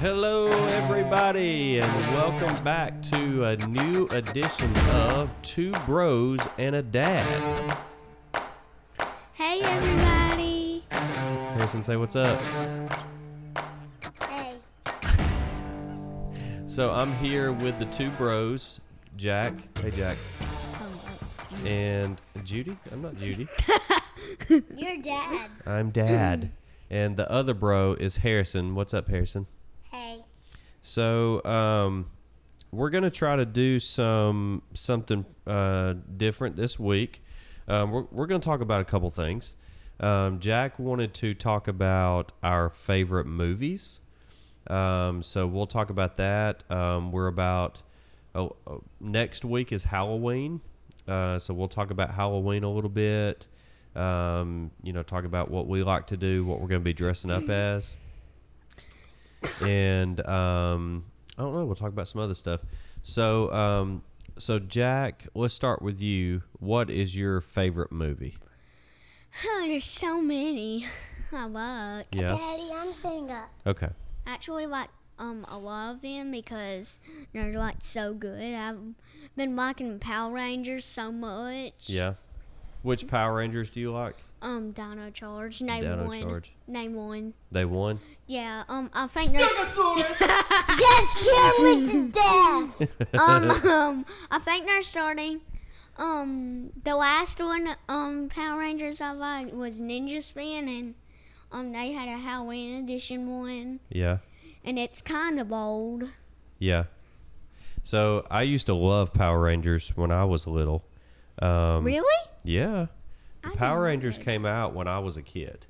Hello, everybody, and welcome back to a new edition of Two Bros and a Dad. Hey everybody! Harrison, say what's up. Hey. So I'm here with the two bros, Jack. Hey, Jack. And Judy. I'm not Judy. Your dad. I'm Dad. And the other bro is Harrison. What's up, Harrison? Hey. So um, we're gonna try to do some something uh, different this week. Um, we're we're gonna talk about a couple things. Um, Jack wanted to talk about our favorite movies. Um, so we'll talk about that. Um, we're about oh, oh, next week is Halloween. Uh, so we'll talk about Halloween a little bit. Um, you know, talk about what we like to do, what we're going to be dressing up as and um, I don't know. We'll talk about some other stuff. So, um, so Jack, let's start with you. What is your favorite movie? Oh, there's so many. I love. Yeah. Daddy, I'm sitting up. Okay. Actually, like um, a lot of them because they're like so good. I've been liking Power Rangers so much. Yeah. Which Power Rangers do you like? Um, Dino Charge. Name Dino one. Charge. Name one. They won. Yeah. Um, I think they're Just kill me to death. um, um I think they're starting. Um, the last one um Power Rangers I liked was Ninja Spin and um they had a Halloween edition one. Yeah. and it's kind of old. Yeah. So I used to love Power Rangers when I was little. Um, Really? Yeah. The didn't Power know Rangers came out when I was a kid.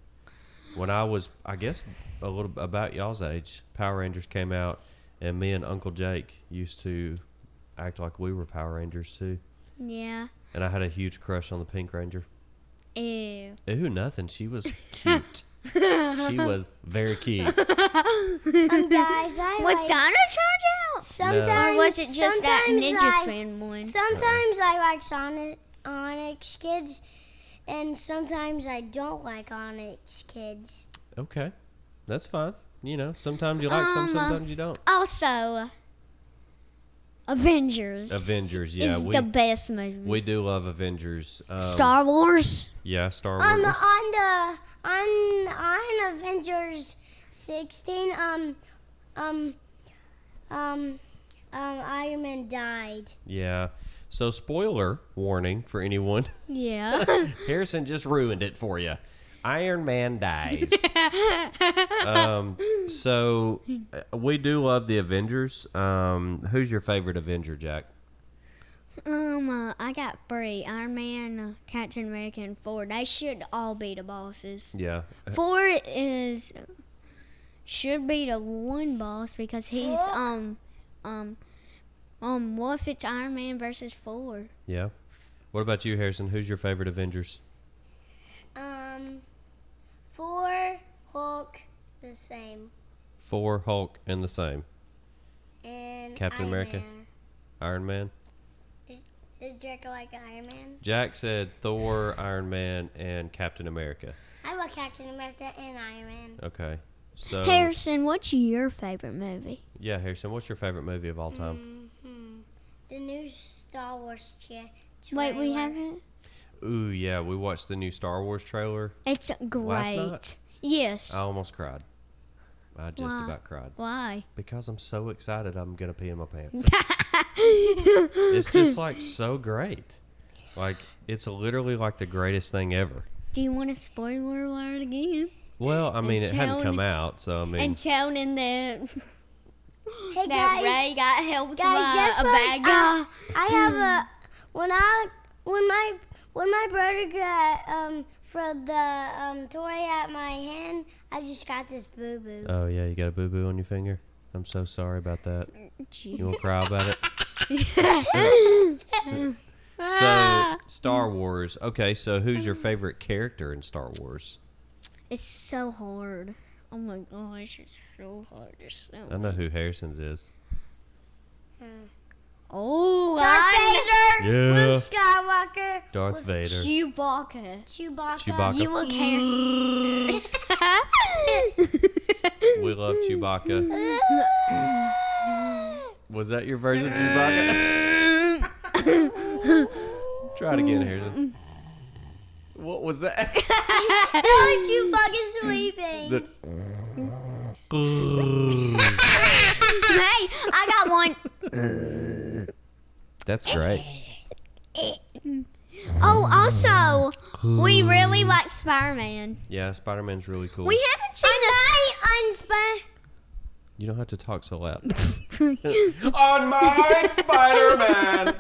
When I was, I guess, a little about y'all's age, Power Rangers came out, and me and Uncle Jake used to act like we were Power Rangers too. Yeah. And I had a huge crush on the Pink Ranger. Ew. Ooh, nothing. She was cute. she was very cute. Um, guys, I Was like, Dino Charge out? sometimes. Or was it just that sometimes Ninja I, Spin one? Sometimes I like Sonic, Onyx Kids, and sometimes I don't like Onyx Kids. Okay, that's fine. You know, sometimes you like some, Um, sometimes you don't. Also, Avengers Avengers, yeah, is we the best movie. we do love Avengers. Um, Star Wars. yeah, Star Wars. Um, on the on on Avengers 16, um, um, um, um, Iron Man died. Yeah. So, spoiler warning for anyone. Yeah. Harrison just ruined it for you. Iron Man dies. um, so, uh, we do love the Avengers. Um, who's your favorite Avenger, Jack? um, uh, I got three: Iron Man, uh, Captain America, and Thor. They should all be the bosses. Yeah. Four is should be the one boss because he's um um um what if it's Iron Man versus four? Yeah. What about you, Harrison? Who's your favorite Avengers? Um, four Hulk the same. Four, Hulk, and the same. And Captain Iron America? Man. Iron Man. Does Draco like Iron Man? Jack said Thor, Iron Man, and Captain America. I love Captain America and Iron Man. Okay. So, Harrison, what's your favorite movie? yeah, Harrison, what's your favorite movie of all time? hmm The new Star Wars cha- trailer. Wait, we haven't. Ooh, yeah, we watched the new Star Wars trailer. It's Last great. night? Yes. I almost cried. I just Why? about cried Why? because I'm so excited. I'm gonna pee in my pants. it's just like so great. Like it's literally like the greatest thing ever. Do you want to spoiler alert again? Well, I mean, And it hadn't sound- come out, so I mean, And telling that Hey that guys, Ray got helped guys, by guess a what? bad guy. Uh, I have a when I when my when my brother got um for the um toy at my hand, I just got this boo boo. oh yeah, you got a boo boo on your finger. I'm so sorry about that. You wanna cry about it? so Star Wars. Okay, so who's your favorite character in Star Wars? It's so hard. Oh my gosh, it's so hard. There's so I know who Harrison's is. Oh, Darth I Vader, Yeah. Luke Skywalker, Darth Vader. know. Chewbacca. Chewbacca. Chewbacca. You will care. We love Chewbacca. Was that your version of Chewbacca? Try it again, Harrison. What was that? Oh, you fucking sleeping. The- hey, I got one. That's great. Oh, also, we really like Spider Man. Yeah, Spider Man's really cool. We haven't seen a s- I unspa- You don't have to talk so loud. On my Spider Man!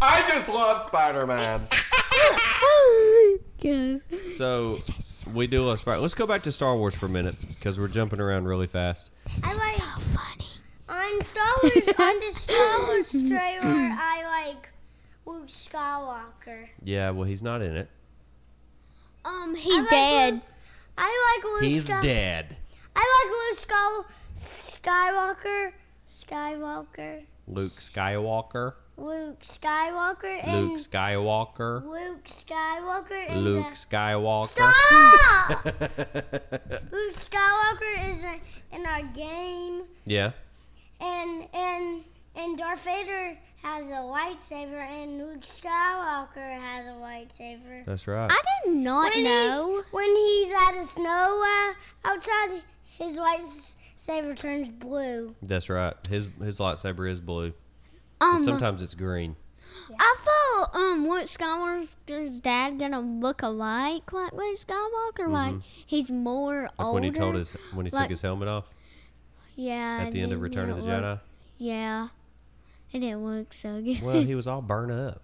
I just love Spider Man. So we do love Spider. Let's go back to Star Wars for a minute because we're jumping around really fast. I like So funny. on Star Wars on the Star Wars trailer. I like Luke Skywalker. Yeah, well, he's not in it. Um, he's like dead. I like Luke. He's Sky- dead. I like Luke Sky- Skywalker. Skywalker. Luke Skywalker. Luke Skywalker and Luke Skywalker. Luke Skywalker and Luke the- Skywalker. Stop! Luke Skywalker is in- in our game, yeah. and and and Darth Vader has a lightsaber, and Luke Skywalker has a lightsaber. That's right. I did not When know. he's when he's at a snow uh, outside, his lightsaber turns blue. That's right. His his lightsaber is blue. Um, Sometimes it's green. I thought um Luke Skywalker's dad gonna look alike like Luke Skywalker, like he's more Mm-hmm. Like older. when he told his when he took like- his helmet off yeah at the end of it Return of the didn't look- Jedi. Yeah, it didn't look so good. Well, he was all burned up.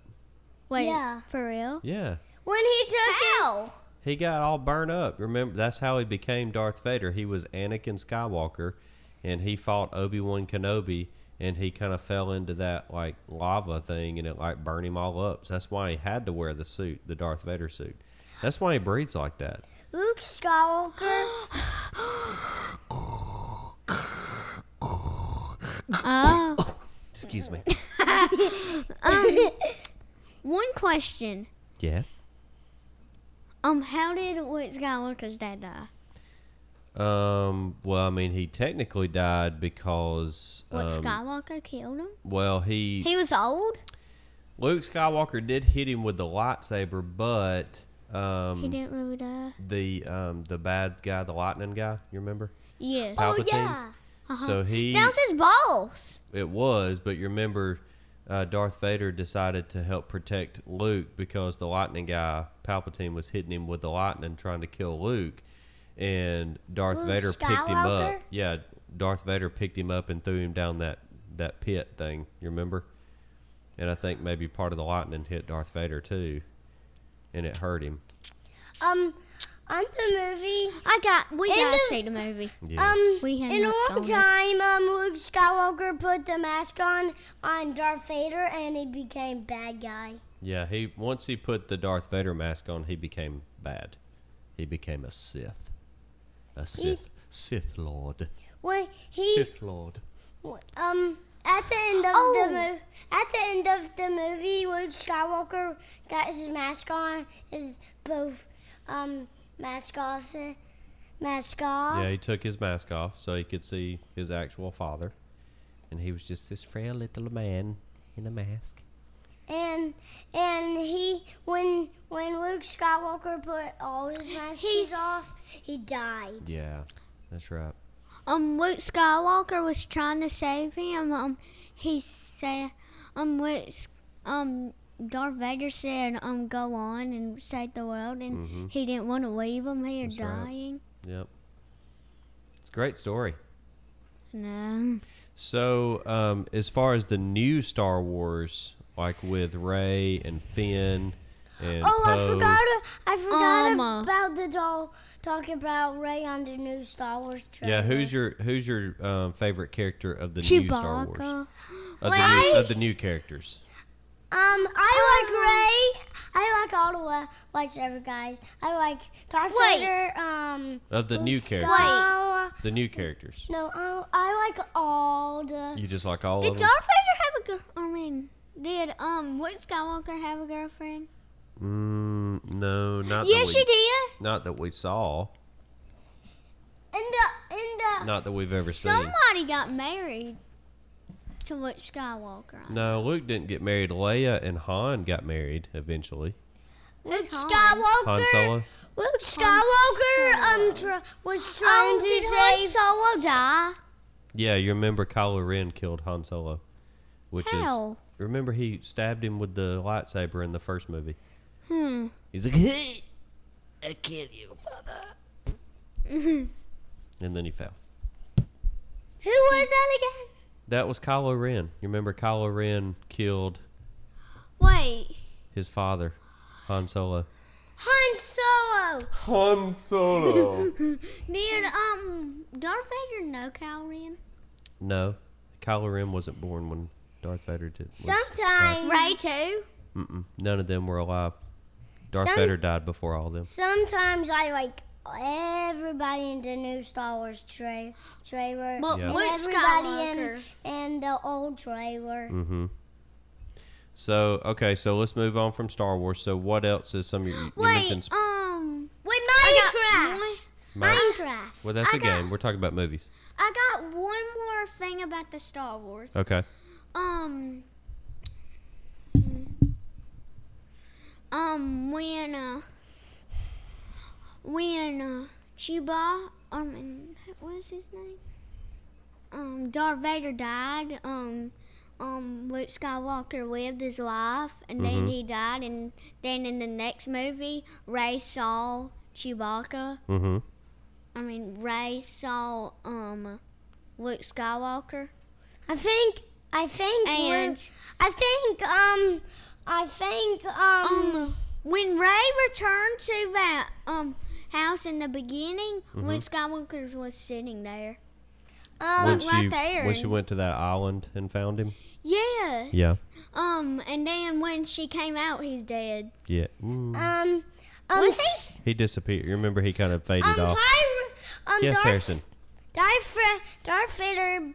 Wait, Yeah. for real? Yeah. When he took his He got all burned up. Remember, that's how he became Darth Vader. He was Anakin Skywalker, and he fought Obi Wan Kenobi, and he kind of fell into that like lava thing, and it like burned him all up. So that's why he had to wear the suit, the Darth Vader suit. That's why he breathes like that. Luke Skywalker, Oh, Excuse me. one question. yes. Um, how did Luke Skywalker's dad die? Um. Well, I mean, he technically died because, Luke um, Skywalker killed him. well, he He was old. Luke Skywalker did hit him with the lightsaber, but He um, didn't really die. the um, the bad guy, the lightning guy, you remember? Yes. Uh-huh. Palpatine. Oh, yeah. Uh-huh. So he That was his balls. it was, but you remember uh, Darth Vader decided to help protect Luke because the lightning guy Palpatine was hitting him with the lightning trying to kill Luke, and Darth Luke Vader picked him up. Skywalker? Yeah, Darth Vader picked him up and threw him down that that pit thing. You remember? And I think maybe part of the lightning hit Darth Vader too, and it hurt him. um, on the movie. I got. We And gotta the- see the movie. Yeah. Um, We had in a not long saw time, um, Luke Skywalker put the mask on on Darth Vader, and he became bad guy. yeah. He once he put the Darth Vader mask on, he became bad. He became a Sith. A Sith. Sith Lord. When he, Lord. um, at the end of Oh. the mo- at the end of the movie, Luke Skywalker got his mask on, his both, um, mask off, uh, mask off. Yeah, he took his mask off so he could see his actual father. And he was just this frail little man in a mask. And and he when when Luke Skywalker put all his masks He's- off, he died. Yeah, that's right. Um, Luke Skywalker was trying to save him. Um, he said, um, Luke, S- um, Darth Vader said, um, go on and save the world, and he didn't want to leave him here Mm-hmm. That's right. dying. Yep. It's a great story. No. So, um, as far as the new Star Wars, like with Ray and Finn and Oh, I Poe, forgot. I forgot Um, uh, about the doll talking about Ray on the new Star Wars trailer. Yeah, who's your who's your um, favorite character of the new Star Wars? Chewbacca. Of the, new, of the new characters. Um, I like Ray. I like all the li- lightsaber guys. I like Darth Wait. Vader. Um, Of the Luke new characters. Skywalker. The new characters. No, I, I like all the. You just like all Did of Darth them? Vader have a girl? I mean, did, um, Luke Skywalker have a girlfriend? Mm, No, not that Yes, we, she did. not that we saw, In the in the not that we've ever seen. Somebody got married to Luke Skywalker. No, Luke didn't get married. Leia and Han got married eventually. Luke Han. Skywalker. Han Solo. Luke Skywalker um tr- was trying Oh, did Han to save. Solo die? Yeah, you remember Kylo Ren killed Han Solo, which How? is remember he stabbed him with the lightsaber in the first movie. Hmm. He's like, hey, I killed you, father, and then he fell. Who was that again? That was Kylo Ren. You remember Kylo Ren killed Wait. his father, Han Solo. Han Solo. Han Solo. Did um Darth Vader know Kylo Ren? no, Kylo Ren wasn't born when Darth Vader did. was- Sometimes. Ray too. Mm-mm. None of them were alive. Darth Some- Vader died before all of them. Sometimes I like everybody in the new Star Wars tra- trailer. Well, Yeah. And Luke everybody in, Skywalker. in the old trailer. Mm-hmm. So okay, so let's move on from Star Wars. So what else is some you, you Wait. mentioned? Sp- Um. With I got Minecraft. one- Mar- Minecraft. well, that's I a game. We're talking about movies. I got one more thing about the Star Wars. Okay. Um. Um. When uh. When uh, Chuba, um, and what was his name? Um, Darth Vader died. Um, um, Luke Skywalker lived his life, and then Mhm. he died. And then in the next movie, Ray saw Chewbacca. Mm-hmm. I mean, Ray saw um, Luke Skywalker. I think. I think. we're- And- I think. Um. I think. Um. Mm. um, when Ray returned to that um house in the beginning, Luke Mm-hmm. Skywalker was sitting there. Uh, um, When she Oh, right there when she and- went to that island and found him. Yes. Yeah. Um, and then when she came out, he's dead. Yeah. Mm. Uh, um. Um. Was he- s- He disappeared. You remember he kind of faded um, off. Kyra- um, Yes, Darth, Harrison. Darth, Fra- Darth Vader.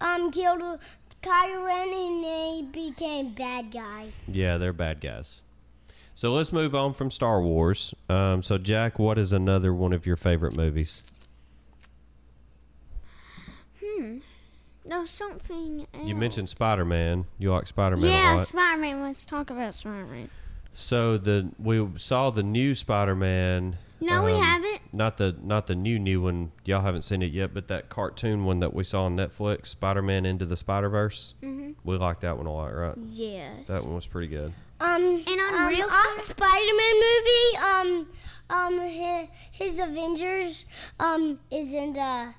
Um. Killed Kylo Ren and they became bad guy. Yeah, they're bad guys. So let's move on from Star Wars. Um, so Jack, what is another one of your favorite movies? Hmm. No, something. Else. You mentioned Spider Man. You like Spider Man a Yeah, lot. Spider Man. Let's talk about Spider Man. So the we saw the new Spider Man. No, Um, we haven't. Not the not the new new one. Y'all haven't seen it yet, but that cartoon one that we saw on Netflix, Spider Man Into the Spider Verse. Mm-hmm. We liked that one a lot, right? Yes. That one was pretty good. Um, And on um, real on Spider-Man movie, um, um, his, his Avengers, um, is in the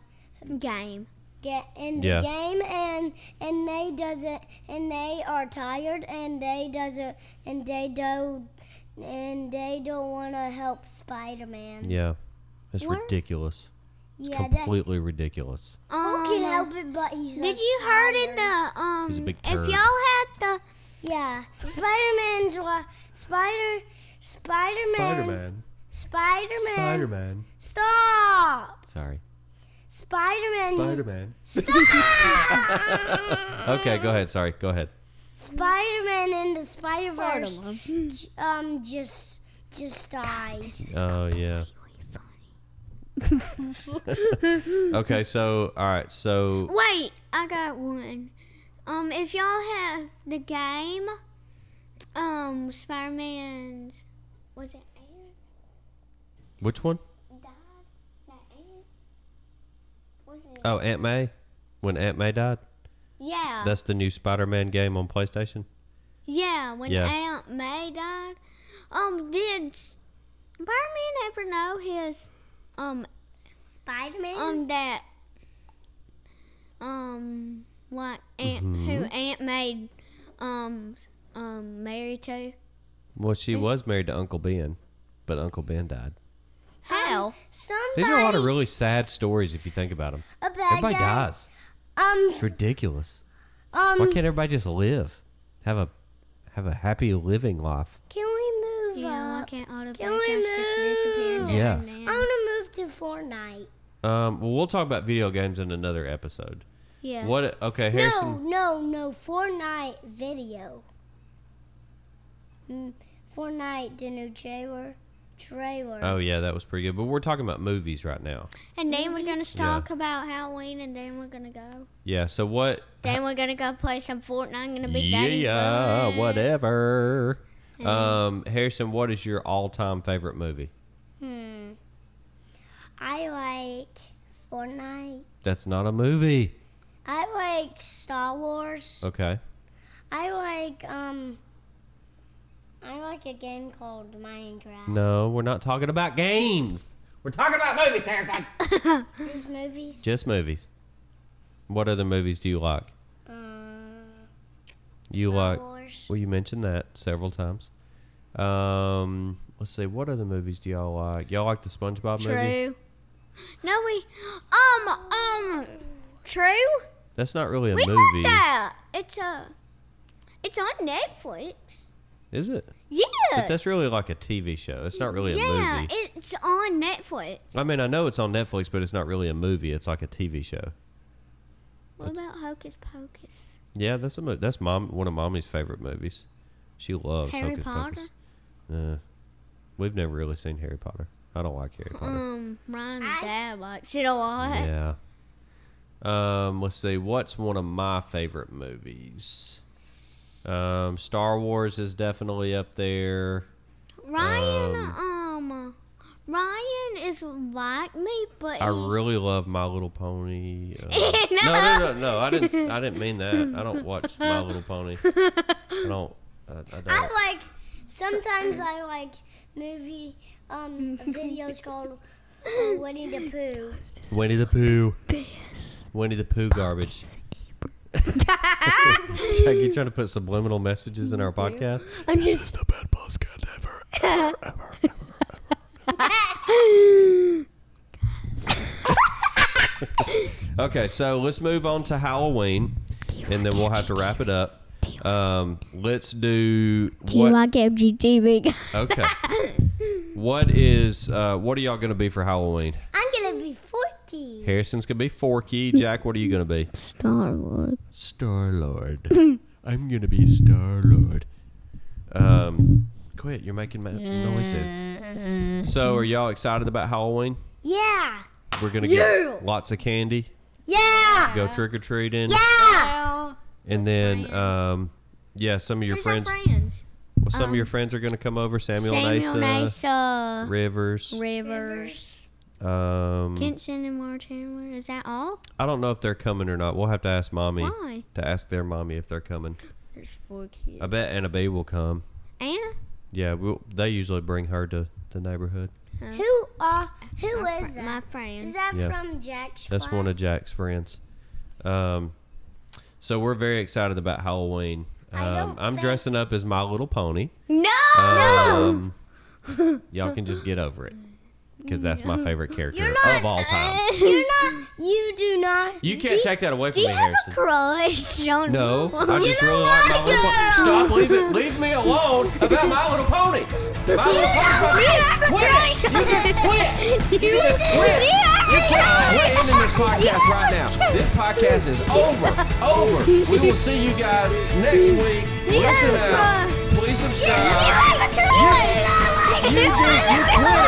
game. get in the Yeah. game, and and they doesn't, and they are tired, and they doesn't, and they do, and they don't want to help Spider-Man. Yeah, it's What? ridiculous. Yeah, that Completely ridiculous. Um, who can help it, but he's. Did a you heard in tired. the um? He's a big if y'all turd. had the Yeah, Spider-Man's wa- Spider. Spider-Man. Spider-Man. Man. Stop. Sorry. Spider-Man. Man. okay, go ahead. Sorry, go ahead. Spider-Man and the Spider-Verse j- um just just died. Oh yeah. okay, so all right, so Wait, I got one. Um, if y'all have the game, um, Spider Man's was it Ant? which one? Died? That Ant? Was it? Oh, Aunt May. When Aunt May died, yeah, that's the new Spider-Man game on PlayStation. yeah. When Yeah. Aunt May died, um, did Spider Man ever know his um Spider-Man. um that um what Aunt Mm-hmm. who Aunt May um um married to? Well, she Is- was married to Uncle Ben, but Uncle Ben died. How? somebody These are a lot of really sad stories if you think about them. a bad Everybody guy. dies. Um It's ridiculous. um Why can't everybody just live? Have a have a happy living life. can we move Yeah, why up? can't auto Can we backups just move? disappear? and Yeah. die I now? want to move to Fortnite. Um, well, we'll talk about video games in another episode. Yeah. What? Okay, Harrison. No, no, no Fortnite video. Mm, Fortnite the new trailer. trailer. Oh yeah, that was pretty good. But we're talking about movies right now. And then we're gonna Yeah. talk about Halloween, and then we're gonna go. Yeah. So what? Then we're gonna go play some Fortnite. I'm gonna be yeah, Daddy's yeah, bud. whatever. Um, Harrison, what is your all-time favorite movie? Hmm. I like Fortnite. That's not a movie. I like Star Wars. Okay. I like um. I like a game called Minecraft. No, we're not talking about games. We're talking about movies, Harrison. Just movies. Just movies. What other movies do you like? Um, You Star like? Wars. Well, you mentioned that several times. Um, let's see. What other movies do y'all like? Y'all like the SpongeBob movie? True. No, we. Um, um. True. That's not really a We movie, like that. It's a. It's on Netflix. is it? Yeah. But that's really like a TV show. It's not really a Yeah, movie. it's on Netflix. I mean, I know it's on Netflix, but it's not really a movie. It's like a TV show. what that's- about Hocus Pocus? Yeah, that's a mo- that's mom one of mommy's favorite movies. She loves Harry Hocus Pocus. Potter? Uh, we've never really seen Harry Potter. I don't like Harry Potter. Um, Ryan's I- dad likes it a lot. yeah. Um, let's see. What's one of my favorite movies? Um, Star Wars is definitely up there. Ryan, um, Ryan is like me, but I he's- really love My Little Pony. Uh, no, no, no, no. I didn't. I didn't mean that. I don't watch My Little Pony. I don't. I, I don't. I like sometimes I like movie um videos called uh, Winnie the Pooh. Winnie the Pooh. Winnie the Pooh garbage. Jack, you trying to put subliminal messages in our podcast? I'm just the best podcast ever. Okay, so let's move on to Halloween, and then we'll have to wrap it up. Um, let's do what? like MGTV. Okay. What is? Uh, what are y'all gonna be for Halloween? I'm gonna be forty. Harrison's gonna be Forky. Jack, what are you gonna be? Star Wars. Star Lord. I'm gonna be Star Lord. Um, quit! You're making ma- noises. So, are y'all excited about Halloween? Yeah. We're gonna get lots of candy, Yeah. go trick or treating, Yeah. Well, and then um, yeah, some of your who's our friends. friends? Well, some of your friends are gonna come over. Samuel, Samuel Nasa, Nasa, Rivers. Rivers, Um, Kenson, and Mark Chandler. Is that all? I don't know if they're coming or not. We'll have to ask mommy Why? to ask their mommy if they're coming. There's four kids. I bet Anna Bay will come. Anna. Yeah, we'll, they usually bring her to the neighborhood. Who are who my is fri- that? My friend. Is that Yeah. from Jack's? That's one of class? Jack's friends. Um, so we're very excited about Halloween. I don't Um, I'm think- dressing up as My Little Pony. no. Um, y'all can just get over it because that's my favorite character not- of all time. You're not. You do not. You can't take that away from Do you me, have Harrison. a crush on No, I You just don't really like My wanna Little Pony. go. Stop, leave it, leave me alone about My Little Pony. My Little Pony. You have a crush. You quit. You just quit. You We're ending this podcast right now. This podcast is over. Over. We will see you guys next week. Listen out. Please subscribe. have a You crush. do. You quit.